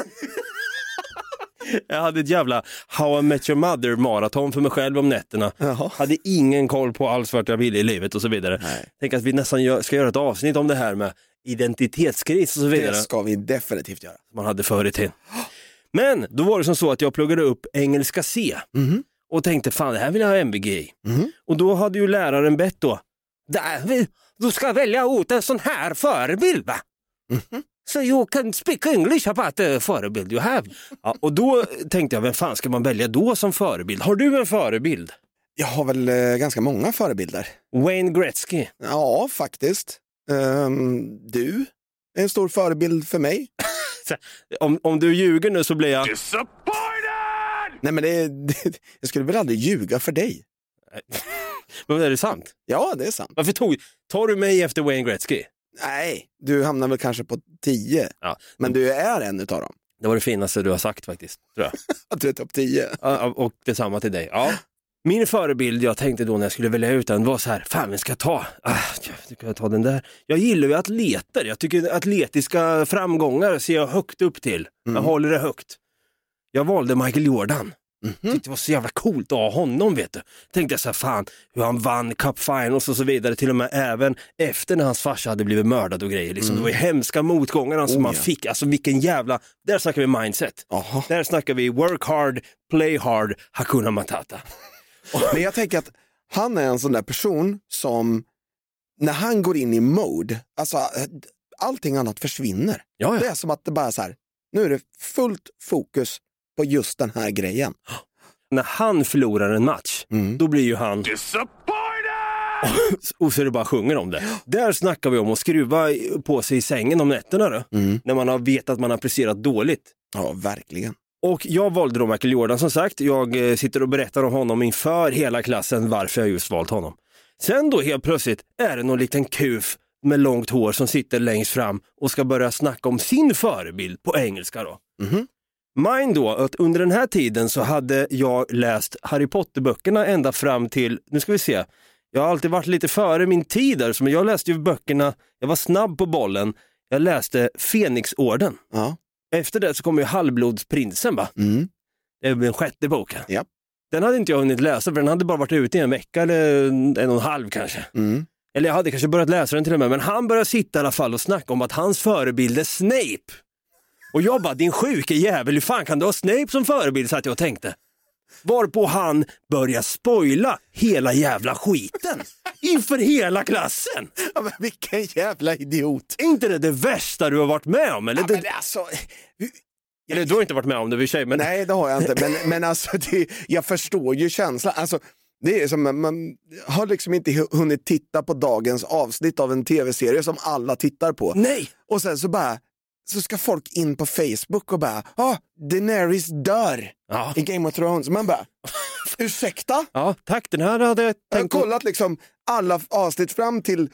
B: jag hade ett jävla How I Met Your Mother maraton för mig själv om nätterna.
C: Jaha.
B: Hade ingen koll på alls vart jag ville i livet och så vidare.
C: Nej.
B: Tänk att vi nästan gör, ska göra ett avsnitt om det här med identitetskris och så vidare.
C: Det ska vi definitivt göra.
B: som man hade förr i tiden. Men då var det som så att jag pluggade upp engelska C och tänkte fan det här vill jag ha MVG i. Och då hade ju läraren bett då, David, du ska välja ut en sån här förebild va? Så you can speak English about the förebild you have. Ja, och då tänkte jag, vem fan ska man välja då som förebild? Har du en förebild?
C: Jag har väl eh, ganska många förebilder.
B: Wayne Gretzky.
C: Ja, faktiskt. Ehm, du är en stor förebild för mig.
B: Så, Om, om du ljuger nu så blir jag...
F: Disappointed!
C: Nej, men det, det, jag skulle väl aldrig ljuga för dig.
B: Men är det sant?
C: Ja, det är sant.
B: Varför tog... Tar du mig efter Wayne Gretzky?
C: Nej, du hamnar väl kanske på tio,
B: Ja,
C: men du är en utav dem.
B: det var det finaste du har sagt faktiskt, tror jag.
C: Att du är topp tio.
B: Ja, Och detsamma till dig. Ja. Min förebild jag tänkte då när jag skulle välja ut den var så här, fan vem ska jag ta? Ah, jag kan jag ta den där. Jag gillar ju atleter, jag tycker atletiska framgångar ser jag högt upp till. Jag håller det högt. Jag valde Michael Jordan. Tyckte det var så jävla coolt att ha honom vet du. Tänkte jag så här, fan hur han vann Cup Finals och så vidare, till och med även efter när hans farsa hade blivit mördad och grejer. Liksom. Det var ju hemska motgångarna som
C: Oh,
B: han
C: ja.
B: fick, alltså vilken jävla, där snackar vi mindset.
C: Jaha.
B: Där snackar vi work hard, play hard, Hakuna Matata.
C: Men jag tänker att han är en sån där person som, när han går in i mode, alltså allting annat försvinner.
B: Ja,
C: Det
B: ja.
C: är som att det bara är så här, nu är det fullt fokus på just den här grejen.
B: När han förlorar en match,
C: Mm.
B: då blir ju han,
F: Disappointed!
B: och så är det bara sjunger om det. Där snackar vi om att skruva i- på sig i sängen om nätterna då,
C: Mm.
B: när man har vet att man har presterat dåligt.
C: Ja, verkligen.
B: Och jag valde då Michael Jordan som sagt. Jag eh, sitter och berättar om honom inför hela klassen varför jag just valt honom. Sen då helt plötsligt är det någon liten kuf med långt hår som sitter längst fram och ska börja snacka om sin förebild på engelska då.
C: Mhm.
B: Mine då, att under den här tiden så hade jag läst Harry Potter-böckerna ända fram till, nu ska vi se, jag har alltid varit lite före min tid där, så men jag läste ju böckerna, jag var snabb på bollen, jag läste Fenixorden.
C: Ja.
B: Efter det så kom ju Halvblodsprinsen va?
C: Mm.
B: Det är den Eh, sjätte boken.
C: Japp.
B: Den hade inte jag hunnit läsa för den hade bara varit ute i en vecka eller en och en halv kanske.
C: Mm.
B: Eller jag hade kanske börjat läsa den till och med, men han började sitta i alla fall och snacka om att hans förebild är Snape. Och jag bara, din sjuke jävel, hur fan kan du ha Snape som förebild? satt jag och tänkte. Varpå han börjar spoila hela jävla skiten inför hela klassen.
C: Ja, men vilken jävla idiot.
B: Är inte det det värsta du har varit med om? Eller,
C: Ja, men
B: det,
C: alltså,
B: eller du har inte varit med om det i och för sig, men
C: nej, det har jag inte. Men, men alltså, det, jag förstår ju känslan. Alltså, det är som, att man har liksom inte hunnit titta på dagens avsnitt av en tv-serie som alla tittar på.
B: nej.
C: Och sen så bara, så ska folk in på Facebook och bara, ah, Daenerys dör
B: Ja.
C: i Game of Thrones. Man bara, ursäkta?
B: ja, tack, den här hade jag
C: Jag har
B: tänkt på.
C: kollat liksom alla avsnitt fram till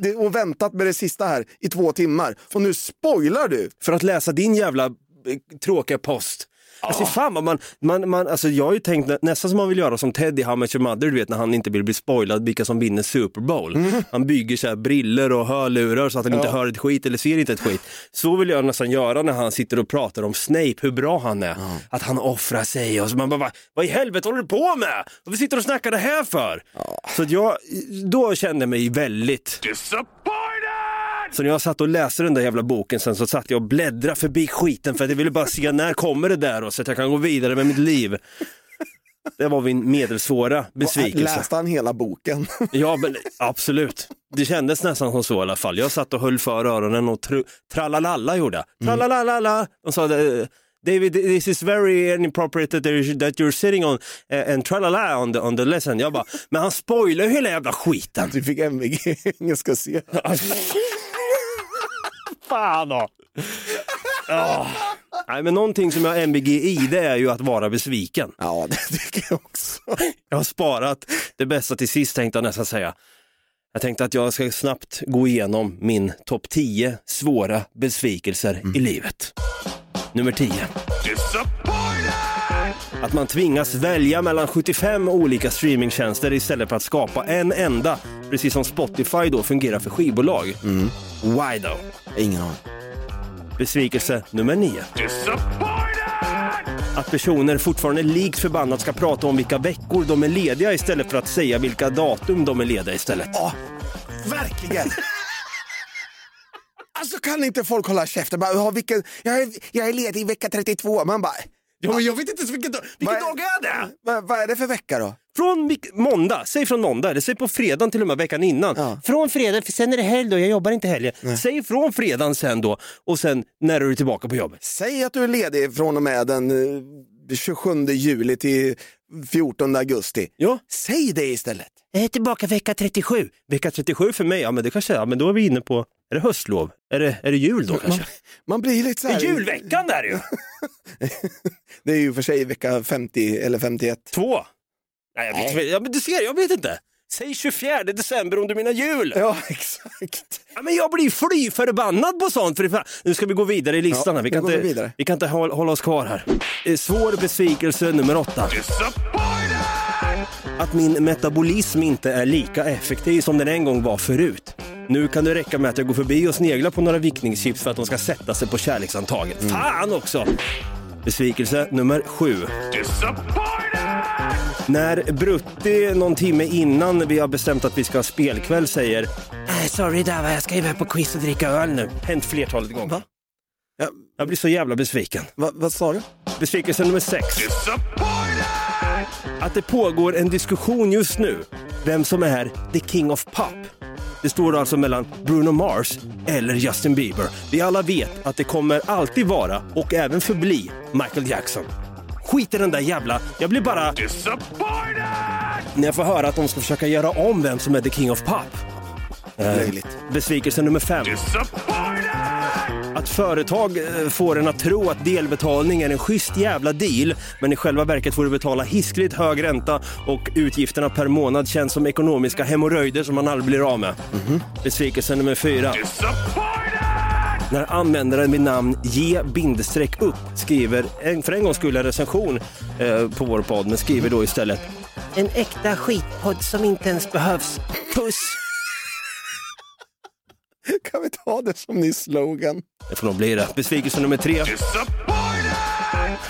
C: det- och väntat med det sista här i två timmar och nu spoilar du.
B: för att läsa din jävla eh, tråkiga post Alltså, fan vad man, man, man, alltså, jag har ju tänkt nä- nästan som man vill göra som Teddy How I Met Your Mother, du vet när han inte vill bli spoilad vilka som vinner Super Bowl. Han bygger så här briller och hörlurar så att han inte
L: Ja.
B: hör ett skit eller ser inte ett skit. Så vill jag nästan göra när han sitter och pratar om Snape, hur bra han är. Att han offrar sig och så man bara, "Va- vad i helvete håller du på med? Varför sitter du och snackar det här för? Så att jag, då kände jag mig väldigt så när jag satt och läste den där jävla boken sen så satt jag och bläddrade förbi skiten för att jag ville bara se när kommer det där då, så att jag kan gå vidare med mitt liv. Det var min medelsvåra besvikelse.
C: Läste han hela boken?
B: Ja, men absolut. Det kändes nästan som så i alla fall. Jag satt och höll för öronen och tru- tralalala gjorde jag. Tralalala. De sa eh, David, this is very inappropriate that you're- that you're sitting on eh, and tralala on the, on the lesson. Jag bara, men han spoilar ju hela jävla skiten.
C: Du fick MVG i engelska C.
B: Fan då.
C: Ah.
B: Ja. Nej, men någonting som jag har MBG i det är ju att vara besviken.
C: Ja, det tycker jag också.
B: Jag har sparat det bästa till sist tänkte jag nästan säga. Jag tänkte att jag ska snabbt gå igenom min topp 10 svåra besvikelser i
C: Mm.
B: livet. Nummer 10. Att man tvingas välja mellan 75 olika streamingtjänster istället för att skapa en enda, precis som Spotify då fungerar för skivbolag. Why though?
C: Ingen aning.
B: Besvikelse nummer 9. Att personer fortfarande likt förbannat ska prata om vilka veckor de är lediga istället för att säga vilka datum de är lediga istället.
C: Verkligen! Alltså kan inte folk hålla käften? Bara, "Ja, vilken, jag, är, jag är ledig i vecka 32. Man bara...
B: Ja, men jag vet inte ens vilken, dag- vilken dag är det?
C: Vad, vad är det för vecka då?
B: Från vilk- måndag, säg från måndag, eller säg på fredagen till och med veckan innan. Från fredag, för sen är det helg då, jag jobbar inte helgen. Säg från fredagen sen då och sen när är du tillbaka på jobbet.
C: Säg att du är ledig från och med den eh, 27 juli till 14 augusti.
B: Ja.
C: Säg det istället.
B: Jag är Eh, tillbaka vecka 37. Vecka 37 för mig, ja men det kanske är, men då är vi inne på, är det höstlov? Är det, är det jul då kanske?
C: Man blir lite så
B: Det
C: här...
B: är julveckan där ju!
C: Det är ju för sig vecka 50 eller 51.
B: Två! Nej, jag vet, ja, men du ser, jag vet inte. Säg 24 december om du menar jul.
C: Ja, exakt.
B: Ja, men jag blir fly förbannad på sånt. För det är fan- nu ska vi gå vidare i listan. här.
C: Ja,
B: Vi,
C: nu
B: kan
C: går vi
B: inte,
C: vidare.
B: vi kan inte håll- hålla oss kvar här. Eh, Svår besvikelse nummer åtta. Att min metabolism inte är lika effektiv som den en gång var förut. Nu kan det räcka med att jag går förbi och sneglar på några vickningschips för att de ska sätta sig på kärleksantaget. Fan också! Besvikelse nummer sju. När Brutti någon timme innan vi har bestämt att vi ska ha spelkväll säger "Äh, “Sorry Dava, jag ska iväg på quiz och dricka öl nu”. Hänt flertalet gånger.
C: Jag,
B: jag blir så jävla besviken.
C: Va, vad sa du?
B: Besvikelse nummer sex. Att det pågår en diskussion just nu vem som är the king of pop. Det står alltså mellan Bruno Mars eller Justin Bieber. Vi alla vet att det kommer alltid vara och även förbli Michael Jackson. Skit i den där jävla... Jag blir bara... När jag får höra att de ska försöka göra om vem som är the king of pop. Eh,
C: Löjligt.
B: Besvikelse nummer fem. Att företag eh, får en att tro att delbetalning är en schysst jävla deal men i själva verket får du betala hiskligt hög ränta och utgifterna per månad känns som ekonomiska hemorrojder som man aldrig blir av med. Besvikelse nummer fyra. När användaren med namn ge bindestreck upp skriver en, för en gångs skull en recension eh, på vår podd men skriver då istället En äkta skitpodd som inte ens behövs. Puss!
C: Kan vi ta det som ny slogan?
B: Det får nog bli det. Besvikelse nummer tre.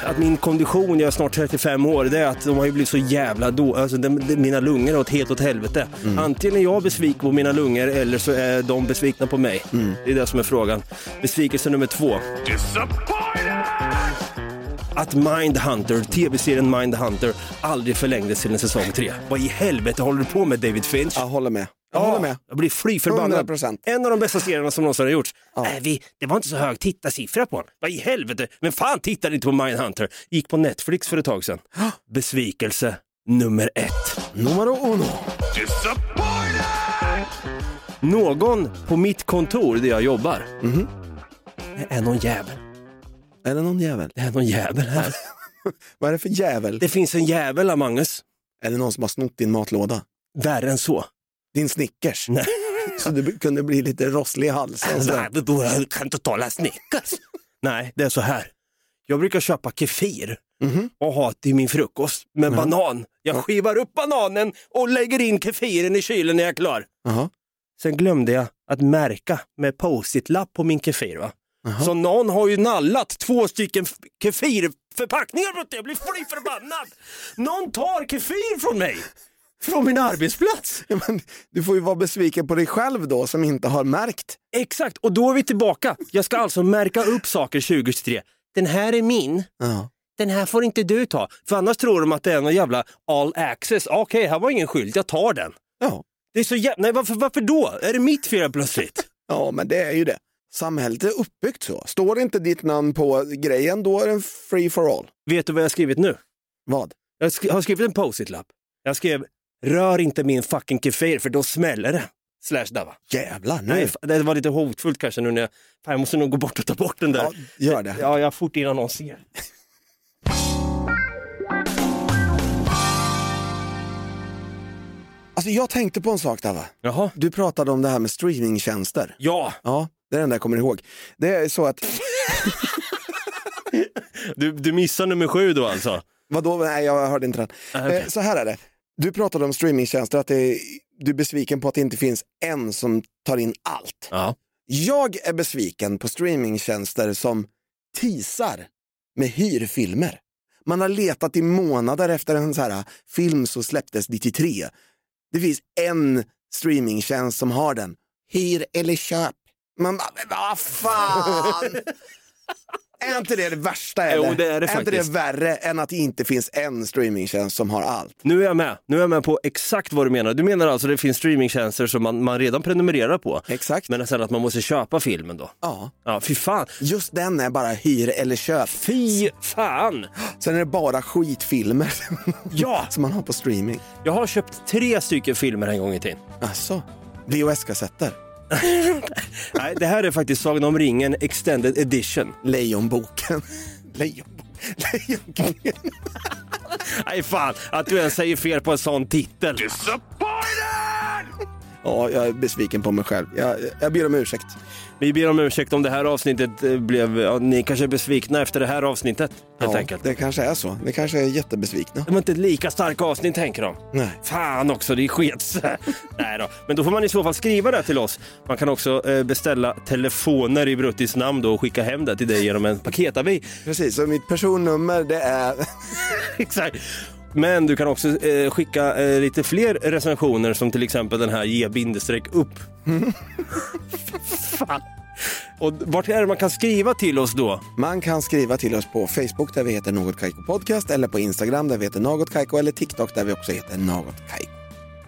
B: Att min kondition, jag är snart 35 år, det är att de har ju blivit så jävla då. Alltså, de, de, mina lungor har åt helt åt helvete. Antingen är jag besviken på mina lungor eller så är de besvikna på mig. Det är det som är frågan. Besvikelse nummer två. Att Mindhunter, tv-serien Mindhunter, aldrig förlängdes till en säsong tre. Vad i helvete håller du på med David Finch?
C: Jag håller med. Jag
B: Ja,
C: håller med.
B: Jag blir fly förbannad.
C: 100%.
B: En av de bästa serierna som någonsin har gjorts. Nej, vi, det var inte så hög tittarsiffra på den. Vad i helvete? Men fan tittade inte på Mindhunter? Gick på Netflix för ett tag sedan. Besvikelse nummer ett.
C: Numero uno.
B: Någon på mitt kontor där jag jobbar.
C: Mhm.
B: Det är någon jävel.
C: Är det någon jävel?
B: Det är någon jävel här.
C: Vad är det för jävel?
B: Det finns en jävel, Amangus.
C: Är det någon som har snott din matlåda?
B: Värre än så.
C: Din Snickers?
B: Nej.
C: Så du b- kunde bli lite rosslig i halsen? sådär.
B: Du kan inte tala snickers. Nej, det är så här. Jag brukar köpa kefir och ha till min frukost med
C: Ja.
B: banan. Jag skivar upp bananen och lägger in kefiren i kylen när jag är klar.
C: Jaha.
B: Sen glömde jag att märka med post-it-lapp på min kefir. Va? Så någon har ju nallat två stycken f- kefirförpackningar för att jag blir fly förbannad. Någon tar kefir från mig. Från min arbetsplats.
C: Men, du får ju vara besviken på dig själv då som inte har märkt.
B: Exakt, och då är vi tillbaka. Jag ska alltså märka upp saker 2023. Den här är min.
C: Ja.
B: Den här får inte du ta. För annars tror de att det är någon jävla all access. Ah, Okej, här var ingen skylt. Jag tar den.
C: Ja.
B: Det är så jävla... Nej, varför, varför då? Är det mitt fel plötsligt?
C: ja, men det är ju det. Samhället är uppbyggt så. Står inte ditt namn på grejen, då är den free for all.
B: Vet du vad jag har skrivit nu?
C: Vad?
B: Jag sk- har skrivit en post-it-lapp. Jag skrev “Rör inte min fucking kefir för då smäller det”. Slash Dava.
C: Jävlar, nu.
B: Nej, fa- det var lite hotfullt kanske nu när jag... Fan, jag måste nog gå bort och ta bort den där.
C: Ja, gör det.
B: Ja, jag fort innan någon ser.
C: Alltså, jag tänkte på en sak Dava.
B: Jaha.
C: Du pratade om det här med streamingtjänster.
B: Ja,
C: Ja, det är den där jag kommer ihåg. Det är så att,
B: du, du missar nummer sju då alltså.
C: vadå, nej jag hörde inte den.
B: Nej, okej.
C: Eh, Så här är det, du pratade om streamingtjänster, att det är, du är besviken på att det inte finns en som tar in allt.
B: Ja.
C: Jag är besviken på streamingtjänster som teasar med hyrfilmer. Man har letat i månader efter en så här film som släpptes 93. Det finns en streamingtjänst som har den. Hyr eller köp. Man bara, men vad fan! är inte det det värsta eller?
B: Jo, det är det
C: inte det
B: faktiskt.
C: värre än att det inte finns en streamingtjänst som har allt?
B: Nu är jag med. Nu är jag med på exakt vad du menar. Du menar alltså det finns streamingtjänster som man, man redan prenumererar på.
C: Exakt.
B: Men sen att man måste köpa filmen då.
C: Ja.
B: Ja, fy fan.
C: Just den är bara hyr eller köp.
B: Fy fan!
C: Sen är det bara skitfilmer
B: Ja!
C: som man har på streaming.
B: Jag har köpt tre stycken filmer en gång i tiden.
C: Alltså, VHS-kassetter,
B: Nej, det här är faktiskt Sagan om ringen extended edition.
C: Lejonboken, Lejonboken, Lejonkungen.
B: Nej, fan att du ens säger fel på en sån titel.
F: Disappointed!
C: Ja, jag är besviken på mig själv. Jag, jag ber om ursäkt.
B: Vi ber om ursäkt om det här avsnittet eh, blev... Ja, ni kanske är besvikna efter det här avsnittet, helt
C: ja,
B: enkelt.
C: Det kanske är så. Det kanske är jättebesvikna.
B: Det var inte ett lika starka avsnitt, tänker de.
C: Nej.
B: Fan också, det sket sig. Nej då. Men då får man i så fall skriva det till oss. Man kan också eh, beställa telefoner i Bruttis namn då och skicka hem det till dig genom en paketavi.
C: Precis, så mitt personnummer det är...
B: Exakt. Men du kan också eh, skicka eh, lite fler recensioner som till exempel den här ge bindestreck upp. Fan. Och vart är det man kan skriva till oss då?
C: Man kan skriva till oss på Facebook där vi heter Något Kaiko Podcast eller på Instagram där vi heter Något Kaiko eller TikTok där vi också heter Något Kaiko.